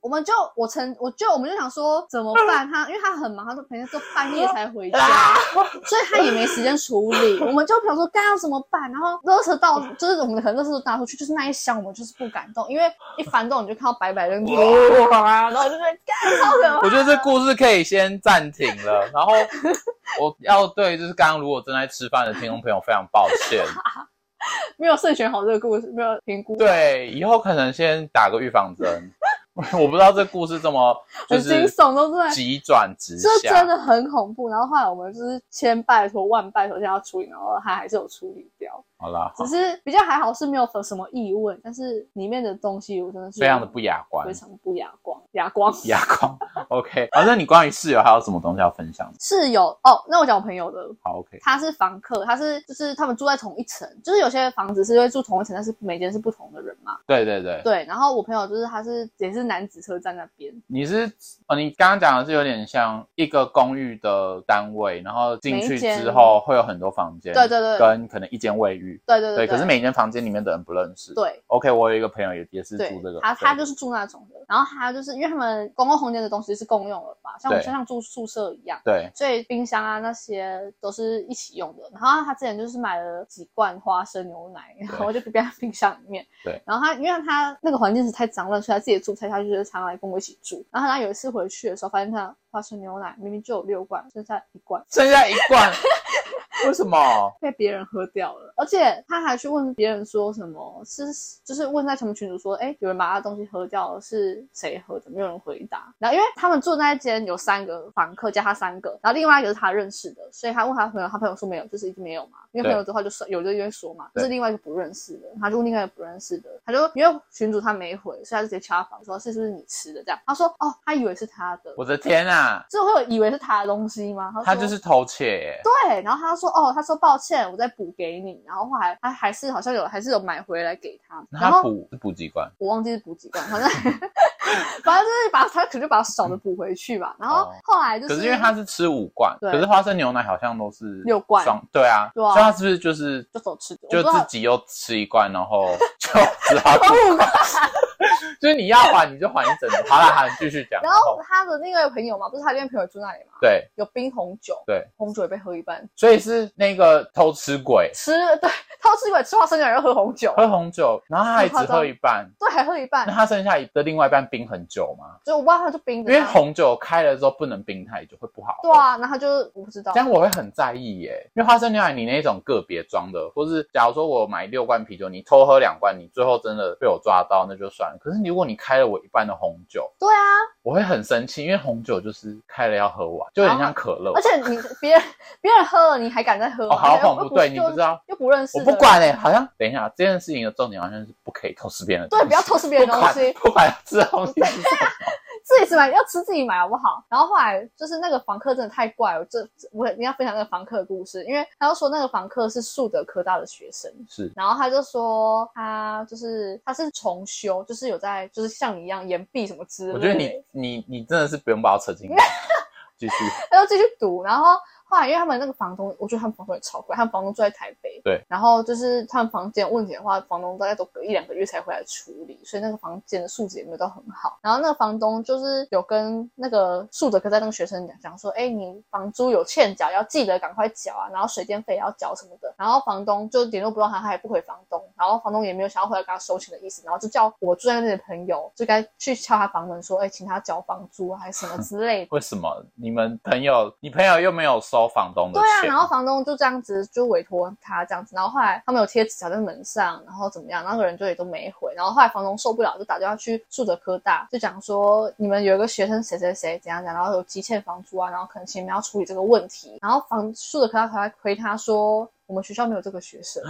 [SPEAKER 1] 我们就我曾我就我们就想说怎么办他，因为他很忙，他都每天都半夜才回家，
[SPEAKER 2] 啊！
[SPEAKER 1] 所以他也没时间处理。我们就想说该要怎么办，然后垃圾到就是我们可能垃圾都拿出去，就是那一箱我们就是不敢动，因为一翻动你就看到白白的，哇，然后就觉得干超可怕。
[SPEAKER 2] 我觉得这故事可以先暂停了。然后我要对，就是刚刚如果正在吃饭的听众朋友非常抱 歉。
[SPEAKER 1] 没有慎选好这个故事，没有评估，
[SPEAKER 2] 对，以后可能先打个预防针。 我不知道这故事这么就
[SPEAKER 1] 很惊
[SPEAKER 2] 是
[SPEAKER 1] 悚，都对。
[SPEAKER 2] 急转直
[SPEAKER 1] 这
[SPEAKER 2] 下，
[SPEAKER 1] 真的很恐怖，然后后来我们就是千拜托万拜托，先要处理，然后他还是有处理掉，
[SPEAKER 2] 好啦，
[SPEAKER 1] 只是比较还好是没有什么异味，但是里面的东西我真的是
[SPEAKER 2] 非常的不雅观
[SPEAKER 1] 非，常不雅光，雅光
[SPEAKER 2] 雅光。OK，好，那你关于室友还有什么东西要分享吗？
[SPEAKER 1] 室友哦，那我讲我朋友的，
[SPEAKER 2] 好，OK，
[SPEAKER 1] 他是房客，他是就是他们住在同一层，就是有些房子是会住同一层，但是每间是不同的人嘛，
[SPEAKER 2] 对对对，
[SPEAKER 1] 对，然后我朋友就是他是也是男子车站那边，
[SPEAKER 2] 你是哦，你刚刚讲的是有点像一个公寓的单位，然后进去之后会有很多房间，
[SPEAKER 1] 对对对
[SPEAKER 2] 跟可能一间卫浴，域。
[SPEAKER 1] 对对
[SPEAKER 2] 对，
[SPEAKER 1] 对，
[SPEAKER 2] 可是每间房间里面的人不认识。
[SPEAKER 1] 对
[SPEAKER 2] OK，我有一个朋友也也是
[SPEAKER 1] 对
[SPEAKER 2] 住这个，
[SPEAKER 1] 他他
[SPEAKER 2] 对
[SPEAKER 1] 就是住那种的，然后他就是因为他们公共空间的东西是共用的吧，像我们
[SPEAKER 2] 对
[SPEAKER 1] 像住宿舍一样。
[SPEAKER 2] 对
[SPEAKER 1] 所以冰箱啊那些都是一起用的。然后他之前就是买了几罐花生牛奶，然后就冰在冰箱里面。
[SPEAKER 2] 对。
[SPEAKER 1] 然后他因为他那个环境是太脏乱，所以他自己住不太下去，就是常来跟我一起住。然后他有一次回去的时候，发现他花生牛奶明明就有六罐，剩下一罐
[SPEAKER 2] 剩下一 罐，为什么？
[SPEAKER 1] 被别人喝掉了。而且他还去问别人说什么是，就是问在什么群主说，哎，有人把他的东西喝掉了，是谁喝的？没有人回答。然后因为他们住那一间有三个房客，加他三个，然后另外一个是他认识的，所以他问他朋友，他朋友说没有，就是一定没有嘛。因为
[SPEAKER 2] 对
[SPEAKER 1] 朋友的话就说有就一定会说嘛，就
[SPEAKER 2] 对
[SPEAKER 1] 是另外一个不认识的，他就问另外一个不认识的，他就因为群主他没回，所以他就直接敲他房说是不是你吃的这样。他说哦，他以为是他的。
[SPEAKER 2] 我的天啊，
[SPEAKER 1] 这会有以为是他的东西吗？他
[SPEAKER 2] 他
[SPEAKER 1] 说
[SPEAKER 2] 就是偷窃耶，
[SPEAKER 1] 对，然后他说哦，他说抱歉，我再补给你。然后后来他还是好像有还是有买回来给他，然
[SPEAKER 2] 他
[SPEAKER 1] 后
[SPEAKER 2] 补是补几罐？
[SPEAKER 1] 我忘记是补几罐，反正反正就是把他可能就把少的补回去吧。然后
[SPEAKER 2] 嗯哦
[SPEAKER 1] 后来就
[SPEAKER 2] 可是因为他是吃五罐，
[SPEAKER 1] 对
[SPEAKER 2] 可是花生牛奶好像都是
[SPEAKER 1] 六罐
[SPEAKER 2] 双对啊，
[SPEAKER 1] 对啊
[SPEAKER 2] 所以他是不是就是
[SPEAKER 1] 就走吃的，
[SPEAKER 2] 就
[SPEAKER 1] 我不知
[SPEAKER 2] 自
[SPEAKER 1] 道
[SPEAKER 2] 己又吃一罐，然后就只 好
[SPEAKER 1] 他五 罐。
[SPEAKER 2] 就是你要还你就还一整个。好啦，好，你继续讲。
[SPEAKER 1] 然后他的那个朋友嘛，不是他那边朋友住那里嘛，
[SPEAKER 2] 对
[SPEAKER 1] 有冰红酒，
[SPEAKER 2] 对，
[SPEAKER 1] 红酒也被喝一半，
[SPEAKER 2] 所以是那个偷吃鬼
[SPEAKER 1] 吃对偷吃鬼吃花生牛奶又喝红酒，
[SPEAKER 2] 喝红酒，然后他还只喝一半，
[SPEAKER 1] 对，还喝一半
[SPEAKER 2] 那，他剩下一的另外一半冰很久吗？
[SPEAKER 1] 所以我不知道他就冰
[SPEAKER 2] 因
[SPEAKER 1] 着
[SPEAKER 2] 为
[SPEAKER 1] 他
[SPEAKER 2] 红酒开了之后不能冰太久，会不好。
[SPEAKER 1] 对。啊，然后他就我不知道
[SPEAKER 2] 这，样我会很在意耶，因为花生牛奶你那种个别装的，或是假如说我买六罐啤酒，你偷喝两罐，你最后真的被我抓到，那就算了。可是如果你开了我一半的红酒，
[SPEAKER 1] 对啊，
[SPEAKER 2] 我会很生气，因为红酒就是开了要喝完，就有点像可乐
[SPEAKER 1] 哦而。且你别人别人喝了，你还敢再喝吗？
[SPEAKER 2] 哦，好
[SPEAKER 1] 而且又
[SPEAKER 2] 恐怖！
[SPEAKER 1] 是
[SPEAKER 2] 对你不知道，
[SPEAKER 1] 又不认识，
[SPEAKER 2] 我不。管哎、好像等一下这件事情的重点好像是不可以偷吃别人的东
[SPEAKER 1] 对，
[SPEAKER 2] 西，
[SPEAKER 1] 不要偷吃别人的东西，
[SPEAKER 2] 不管不管吃的东西是什么，
[SPEAKER 1] 自己吃买要吃自己买好不好？然后后来就是那个房客真的太怪了，这我一定要分享那个房客的故事，因为他就说那个房客是树德科大的学生，
[SPEAKER 2] 是
[SPEAKER 1] 然后他就说他就是他是重修，就是有在就是像你一样延毕什么之类的。
[SPEAKER 2] 我觉得你你你真的是不用把我扯 进来，继续
[SPEAKER 1] 他就继续读，然后后来因为他们那个房东，我觉得他们房东也超怪，他们房东住在台北，
[SPEAKER 2] 对，
[SPEAKER 1] 然后就是他们房间有问题的话，房东大概都隔一两个月才回来处理，所以那个房间的素质也没有到很好。然后那个房东就是有跟那个素德科在那个学生讲讲说，哎，你房租有欠缴，要记得赶快缴啊，然后水电费也要缴什么的。然后房东就联络不到他，他也不回房东，然后房东也没有想要回来跟他收钱的意思，然后就叫我住在那边的朋友就该去敲他房门说，哎，请他缴房租啊，还是什么之类的。
[SPEAKER 2] 为什么你们朋友你朋友又没有收房东的
[SPEAKER 1] 对啊，
[SPEAKER 2] 钱，
[SPEAKER 1] 然后房东就这样子就委托他这样子，然后后来他们有贴纸条在门上，然后怎么样，那个人就也都没回，然后后来房东受不了，就打电话去树德科大，就讲说你们有一个学生谁谁谁怎样怎样，然后有积欠房租啊，然后可能请你们要处理这个问题，然后房树德科大才回他说我们学校没有这个学生，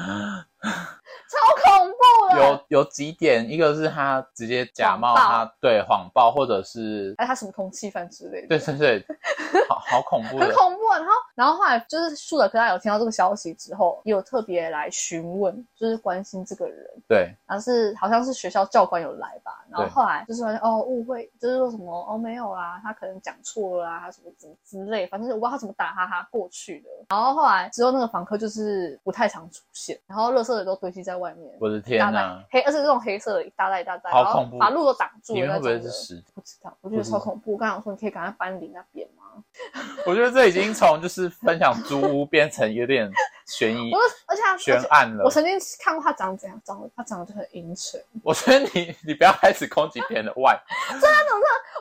[SPEAKER 1] 超恐怖了。
[SPEAKER 2] 有有几点，一个是他直接假冒
[SPEAKER 1] 谎报
[SPEAKER 2] 他对谎报，或者是
[SPEAKER 1] 哎，他什么通缉犯之类的，
[SPEAKER 2] 对对对，好好恐怖
[SPEAKER 1] 很
[SPEAKER 2] 的。
[SPEAKER 1] 恐怖啊！然后，然后后来就是树德科大有听到这个消息之后，也有特别来询问，就是关心这个人。
[SPEAKER 2] 对，
[SPEAKER 1] 然后是好像是学校教官有来吧，然后后来就是发现哦误会，就是说什么哦没有啦，他可能讲错了啊，他什么怎么之类，反正我不知道他怎么打哈哈过去的。然后后来之后那个房客就是不太常出现，然后垃圾也都堆积在外面，
[SPEAKER 2] 我的
[SPEAKER 1] 一
[SPEAKER 2] 天
[SPEAKER 1] 大
[SPEAKER 2] 呐
[SPEAKER 1] 袋，黑，而且这种黑色的一大袋一大袋，
[SPEAKER 2] 好
[SPEAKER 1] 然后
[SPEAKER 2] 恐怖
[SPEAKER 1] 把路都挡住
[SPEAKER 2] 里
[SPEAKER 1] 了
[SPEAKER 2] 面
[SPEAKER 1] 那
[SPEAKER 2] 会
[SPEAKER 1] 种
[SPEAKER 2] 不会是
[SPEAKER 1] 的。
[SPEAKER 2] 尸体？
[SPEAKER 1] 不知道，我觉得超恐怖。我刚想说，你可以赶快搬离那边吗？
[SPEAKER 2] 我觉得这已经从就是分享租屋变成有点悬 疑
[SPEAKER 1] 我就而且他
[SPEAKER 2] 悬
[SPEAKER 1] 而且
[SPEAKER 2] 案了
[SPEAKER 1] 我。曾经看过他长怎样，长得他长得就很阴沉。
[SPEAKER 2] 我觉得你你不要开始攻击别人的外表，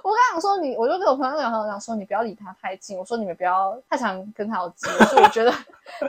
[SPEAKER 1] 我刚想说你，我就跟我朋友讲，朋友讲说你不要离他太近。我说你们不要太常跟他有接触，我 觉得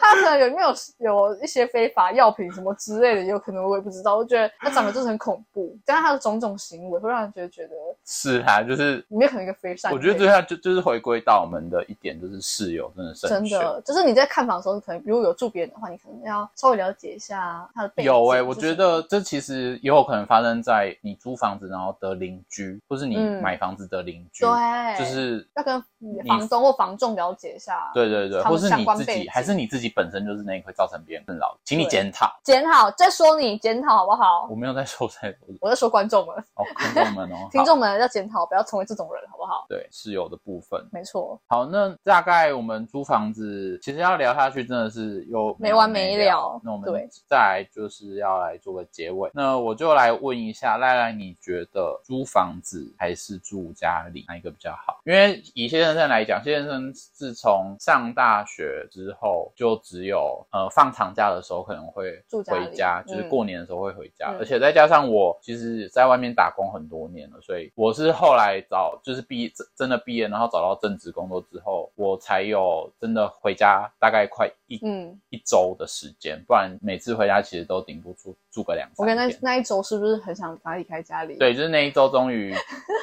[SPEAKER 1] 他可能有没有有一些非法药品什么之类的，有可能我也不知道。我觉得他长得就是很恐怖，加上他的种种行为，会让人觉得觉得
[SPEAKER 2] 是啊，就是
[SPEAKER 1] 里面可能一个非善类。
[SPEAKER 2] 我觉得最后就就是回归到我们的一点，就是室友真的慎
[SPEAKER 1] 真
[SPEAKER 2] 选。
[SPEAKER 1] 的就是你在看房的时候，可能如果有住别人的话，你可能要稍微了解一下他的背景。
[SPEAKER 2] 有哎、我觉得这其实也有可能发生在你租房子然后得邻居，或是你
[SPEAKER 1] 嗯
[SPEAKER 2] 买房子得邻居，
[SPEAKER 1] 对，
[SPEAKER 2] 嗯就是
[SPEAKER 1] 要跟房东或房仲了解一下。
[SPEAKER 2] 对对对，
[SPEAKER 1] 他
[SPEAKER 2] 或
[SPEAKER 1] 们
[SPEAKER 2] 是
[SPEAKER 1] 相
[SPEAKER 2] 你
[SPEAKER 1] 关
[SPEAKER 2] 自
[SPEAKER 1] 背
[SPEAKER 2] 己，
[SPEAKER 1] 景
[SPEAKER 2] 还是你自己本身就是那一会造成别人困扰，请你
[SPEAKER 1] 对
[SPEAKER 2] 检讨。
[SPEAKER 1] 检讨，再说你检讨好不好？
[SPEAKER 2] 我没有在受在说
[SPEAKER 1] 我在说观众们、，
[SPEAKER 2] 哦，观众们哦
[SPEAKER 1] 听众们要检讨，不要成为这种人，好不好
[SPEAKER 2] 好？对室友的部分。
[SPEAKER 1] 没错，
[SPEAKER 2] 好，那大概我们租房子，其实要聊下去真的是又
[SPEAKER 1] 没完
[SPEAKER 2] 没
[SPEAKER 1] 没
[SPEAKER 2] 了
[SPEAKER 1] 了。
[SPEAKER 2] 那我们
[SPEAKER 1] 对
[SPEAKER 2] 再来就是要来做个结尾。那我就来问一下赖赖，你觉得租房子还是住家里哪一个比较好？因为以谢先生来讲，谢先生自从上大学之后，就只有呃放长假的时候可能会
[SPEAKER 1] 住家里
[SPEAKER 2] 回家，就是
[SPEAKER 1] 嗯
[SPEAKER 2] 过年的时候会回家，
[SPEAKER 1] 嗯
[SPEAKER 2] 而且再加上我其实在外面打工很多年了，所以我是后来找就是毕业真真的毕业，然后找到正职工作之后，我才有真的回家大概快一、
[SPEAKER 1] 嗯，
[SPEAKER 2] 一周的时间，不然每次回家其实都顶不住住个两
[SPEAKER 1] 我跟
[SPEAKER 2] 三
[SPEAKER 1] 那
[SPEAKER 2] 天。
[SPEAKER 1] 那一周是不是很想把他离开家里？，
[SPEAKER 2] 对，就是那一周终于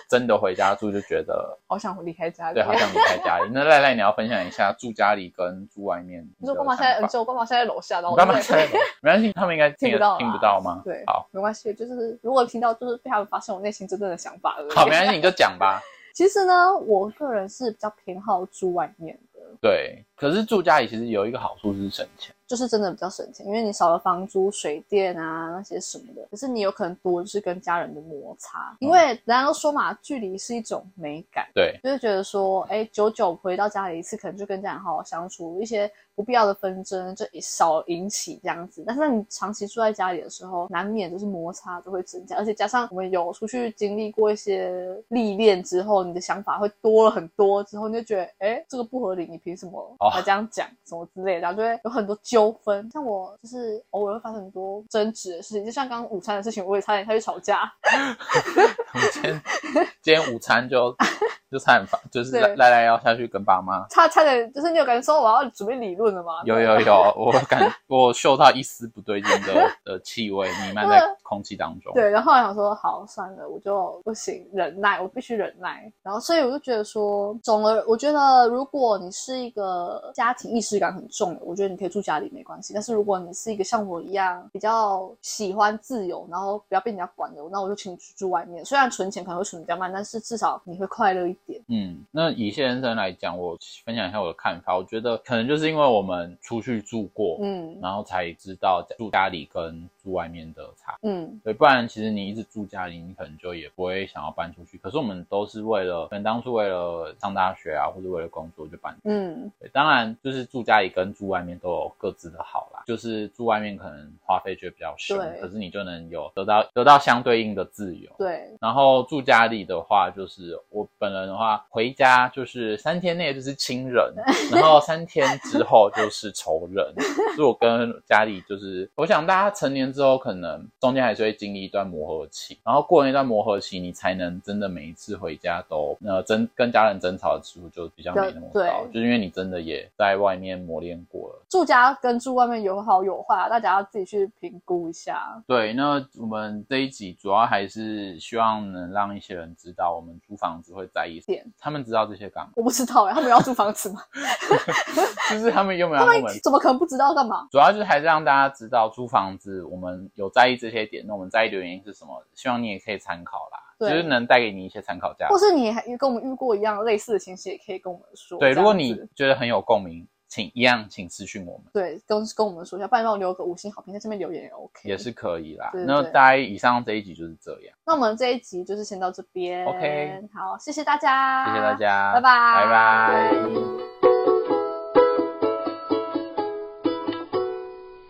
[SPEAKER 2] 真的回家住，就觉 得
[SPEAKER 1] 好想离开家里。
[SPEAKER 2] 对，好想离开家 里。那赖赖，你要分享一下住家里跟住外面
[SPEAKER 1] 你
[SPEAKER 2] 你的
[SPEAKER 1] 说干
[SPEAKER 2] 想法？
[SPEAKER 1] 嘛现在？你说我干嘛现在在楼下？然后
[SPEAKER 2] 我
[SPEAKER 1] 我
[SPEAKER 2] 干嘛
[SPEAKER 1] 在
[SPEAKER 2] 现在？没关系，他们应该听
[SPEAKER 1] 听不
[SPEAKER 2] 得
[SPEAKER 1] 到啦
[SPEAKER 2] 听不到吗？
[SPEAKER 1] 对
[SPEAKER 2] 好，
[SPEAKER 1] 没关系，就是如果听到，就是被他们发现我内心真正的想法而已。
[SPEAKER 2] 好，没关系，你就讲吧。
[SPEAKER 1] 其实呢，我个人是比较偏好住外面的，
[SPEAKER 2] 对，可是住家里其实有一个好处是省钱。
[SPEAKER 1] 就是真的比较省钱，因为你少了房租、水电啊那些什么的。可是你有可能多就是跟家人的摩擦，因为人家都说嘛，距离是一种美感。
[SPEAKER 2] 对，
[SPEAKER 1] 就是觉得说，哎，久久回到家里一次，可能就跟家人好好相处，一些不必要的纷争就少引起这样子。但是你长期住在家里的时候，难免就是摩擦都会增加，而且加上我们有出去经历过一些历练之后，你的想法会多了很多，之后你就觉得，哎，这个不合理，你凭什么
[SPEAKER 2] 哦
[SPEAKER 1] 来这样讲、什么之类的，然后就会有很多纠纷。像我就是偶尔会发生很多争执的事情，就像刚刚午餐的事情，我也差点下去吵架。
[SPEAKER 2] 我们今天今天午 餐就就差点发，就是
[SPEAKER 1] 对
[SPEAKER 2] 赖赖赖要下去跟爸妈。
[SPEAKER 1] 差差点就是你有感觉说我要准备理论了吗？
[SPEAKER 2] 有有有，我感 我嗅到一丝不对劲的的气味弥漫在空气当中。
[SPEAKER 1] 嗯对，然后后来想说，好，算了，我就不行，忍耐，我必须忍耐。然后，所以我就觉得说，总而我觉得，如果你是一个家庭意识感很重的，我觉得你可以住家里没关系。但是如果你是一个像我一样比较喜欢自由，然后不要被人家管的，那我就请你去住外面。虽然存钱可能会存比较慢，但是至少你会快乐一点。
[SPEAKER 2] 嗯，那以谢先生来讲，我分享一下我的看法。我觉得可能就是因为我们出去住过，
[SPEAKER 1] 嗯
[SPEAKER 2] 然后才知道住家里跟住外面的差
[SPEAKER 1] 嗯，
[SPEAKER 2] 对，不然其实你一直住家里，你可能就也不会想要搬出去。可是我们都是为了，可能当初为了上大学啊，或者为了工作就搬出去。
[SPEAKER 1] 嗯，
[SPEAKER 2] 对，当然就是住家里跟住外面都有各自的好啦。就是住外面可能花费就会比较凶，
[SPEAKER 1] 对
[SPEAKER 2] 可是你就能有得到得到相对应的自由。
[SPEAKER 1] 对，
[SPEAKER 2] 然后住家里的话，就是我本人的话，回家就是三天内就是亲人，然后三天之后就是仇人。 所以我跟家里就是，我想大家成年之后，可能中间还是会经历一段磨合期，然后过了那段磨合期，你才能真的每一次回家都呃争跟家人争吵的次数就比较没那么高，
[SPEAKER 1] 对
[SPEAKER 2] 就是因为你真的也在外面磨练过了。
[SPEAKER 1] 住家跟住外面有好有坏，大家要自己去评估一下。
[SPEAKER 2] 对，那我们这一集主要还是希望能让一些人知道，我们租房子会在意
[SPEAKER 1] 点，
[SPEAKER 2] 他们知道这些干嘛，
[SPEAKER 1] 我不知道哎、他们要住房子 吗？
[SPEAKER 2] 就是他们有没有
[SPEAKER 1] 他
[SPEAKER 2] 要跟
[SPEAKER 1] 们
[SPEAKER 2] 我们。
[SPEAKER 1] 怎么可能不知道干嘛？
[SPEAKER 2] 主要就是还是让大家知道租房子，我们有在意这些点，那我们在意的原因是什么？希望你也可以参考啦，就
[SPEAKER 1] 对
[SPEAKER 2] 是能带给你一些参考价
[SPEAKER 1] 或
[SPEAKER 2] 值。
[SPEAKER 1] 是你还跟我们遇过一样类似的情形，也可以跟我们说。
[SPEAKER 2] 对，
[SPEAKER 1] 这样子
[SPEAKER 2] 如果你觉得很有共鸣，请一样请私讯我们
[SPEAKER 1] 对跟跟我们说一下，不然帮我留个五星好评，在下面留言也 OK。
[SPEAKER 2] 也是。可以啦。
[SPEAKER 1] 对对
[SPEAKER 2] 那
[SPEAKER 1] 对
[SPEAKER 2] 大概以上这一集就是这样，
[SPEAKER 1] 那我们这一集就是先到这边
[SPEAKER 2] OK
[SPEAKER 1] 好，谢谢大家，
[SPEAKER 2] 谢谢大，家，
[SPEAKER 1] 拜拜，
[SPEAKER 2] 拜拜。